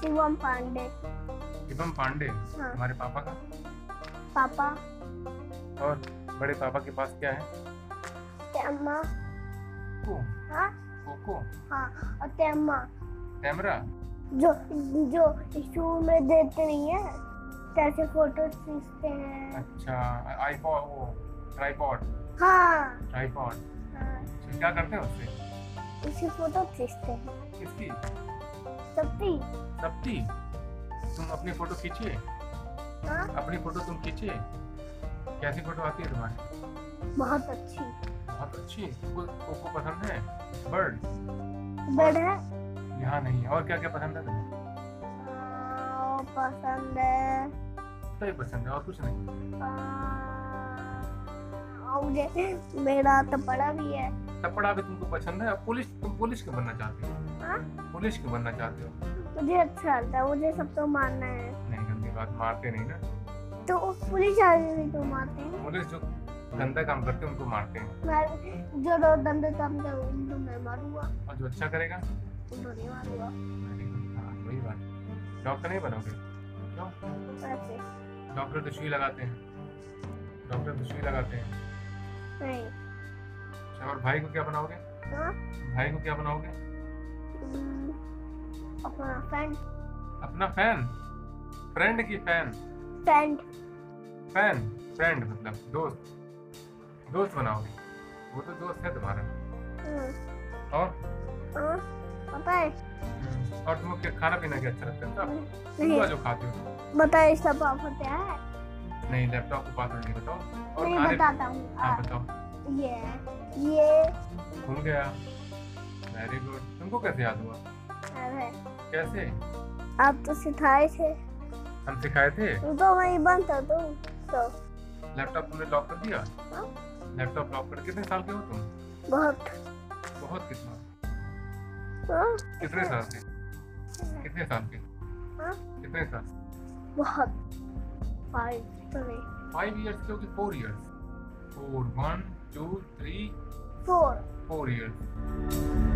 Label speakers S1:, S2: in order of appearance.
S1: शिवम पांडे
S2: शिवम पांडे
S1: हाँ।
S2: हमारे पापा का
S1: पापा
S2: और बड़े पापा के पास क्या है
S1: ते अम्मा
S2: कोको
S1: हाँ
S2: कोको
S1: हाँ और ते अम्मा
S2: कैमरा
S1: जो जो स्कूल में देते नहीं है कैसे फोटो खींचते हैं
S2: अच्छा आईपॉड वो ट्राईपॉड
S1: हाँ
S2: ट्राईपॉड
S1: हाँ
S2: अच्छा, क्या करते हो उससे
S1: उसी फोटो खींचते हैं
S2: किसकी
S1: सबकी
S2: सबकी तुम अपनी फोटो खींचिए
S1: हाँ
S2: अपनी फोटो तुम खींचिए कैसी फोटो आती है तुम्हारी
S1: बहुत अच्छी
S2: बहुत अच्छी तुमको कोको पसंद है बर्ड
S1: बड़ है
S2: यहाँ नहीं है। और क्या क्या पसंद है तुम्हें
S1: हाँ, पसंद है
S2: तो ही पसंद है और कुछ नहीं
S1: हाँ, और मुझे मेरा तो बड़ा भी है
S2: टपड़ा भी तुमको पसंद है और पुलिस तुम पुलिस क्यों बनना चाहते हो
S1: हाँ
S2: पुलिस क्यों बनना चाहते हो
S1: मुझे अच्छा लगता है मुझे सब तो मानना है
S2: नहीं गंदी बात मारते नहीं ना
S1: तो उस पुलिस आदमी भी तो मारते हैं
S2: पुलिस जो गंदा काम करते हैं उनको मारते हैं
S1: मैं जो रोज धंधे काम कर उनको मैं मारूंगा
S2: और जो अच्छा करेगा
S1: उनको नहीं मारूंगा
S2: हाँ, वही बात डॉक्टर नहीं बनोगे क्यों?
S1: ऐसे
S2: डॉक्टर तो सुई लगाते हैं डॉक्टर तो सुई लगाते हैं
S1: नहीं
S2: अच्छा, और भाई को क्या बनाओगे
S1: हाँ
S2: भाई को क्या बनाओगे
S1: हम्म, अपना फ्रेंड
S2: अपना फैन फ्रेंड की फैन
S1: फ्रेंड
S2: फैन फ्रेंड मतलब दोस्त दोस्त बनाओगे वो तो दोस्त है तुम्हारा
S1: हम्म,
S2: और
S1: हाँ पता है
S2: और तुमको क्या खाना पीना क्या अच्छा लगता है सब
S1: नहीं
S2: हुआ जो खाते हो
S1: बताए सब आप होते हैं
S2: नहीं लैपटॉप को पासवर्ड नहीं बताओ और
S1: नहीं
S2: खाने
S1: बताता हूँ
S2: हाँ
S1: हाँ,
S2: बताओ
S1: ये ये
S2: भूल गया वेरी गुड तुमको कैसे याद हुआ
S1: अरे
S2: कैसे
S1: आप तो सिखाए थे
S2: हम सिखाए थे
S1: तो वही बंद था तुम तो
S2: लैपटॉप तुमने लॉक कर दिया
S1: हाँ।
S2: लैपटॉप लॉक कर कितने साल के हो तुम
S1: बहुत
S2: बहुत कितना
S1: हाँ,
S2: कितने साल के कितने साल के
S1: हाँ।
S2: कितने साल
S1: बहुत फाइव तो नहीं
S2: फाइव इयर्स के हो कि four years four one two three
S1: four
S2: four years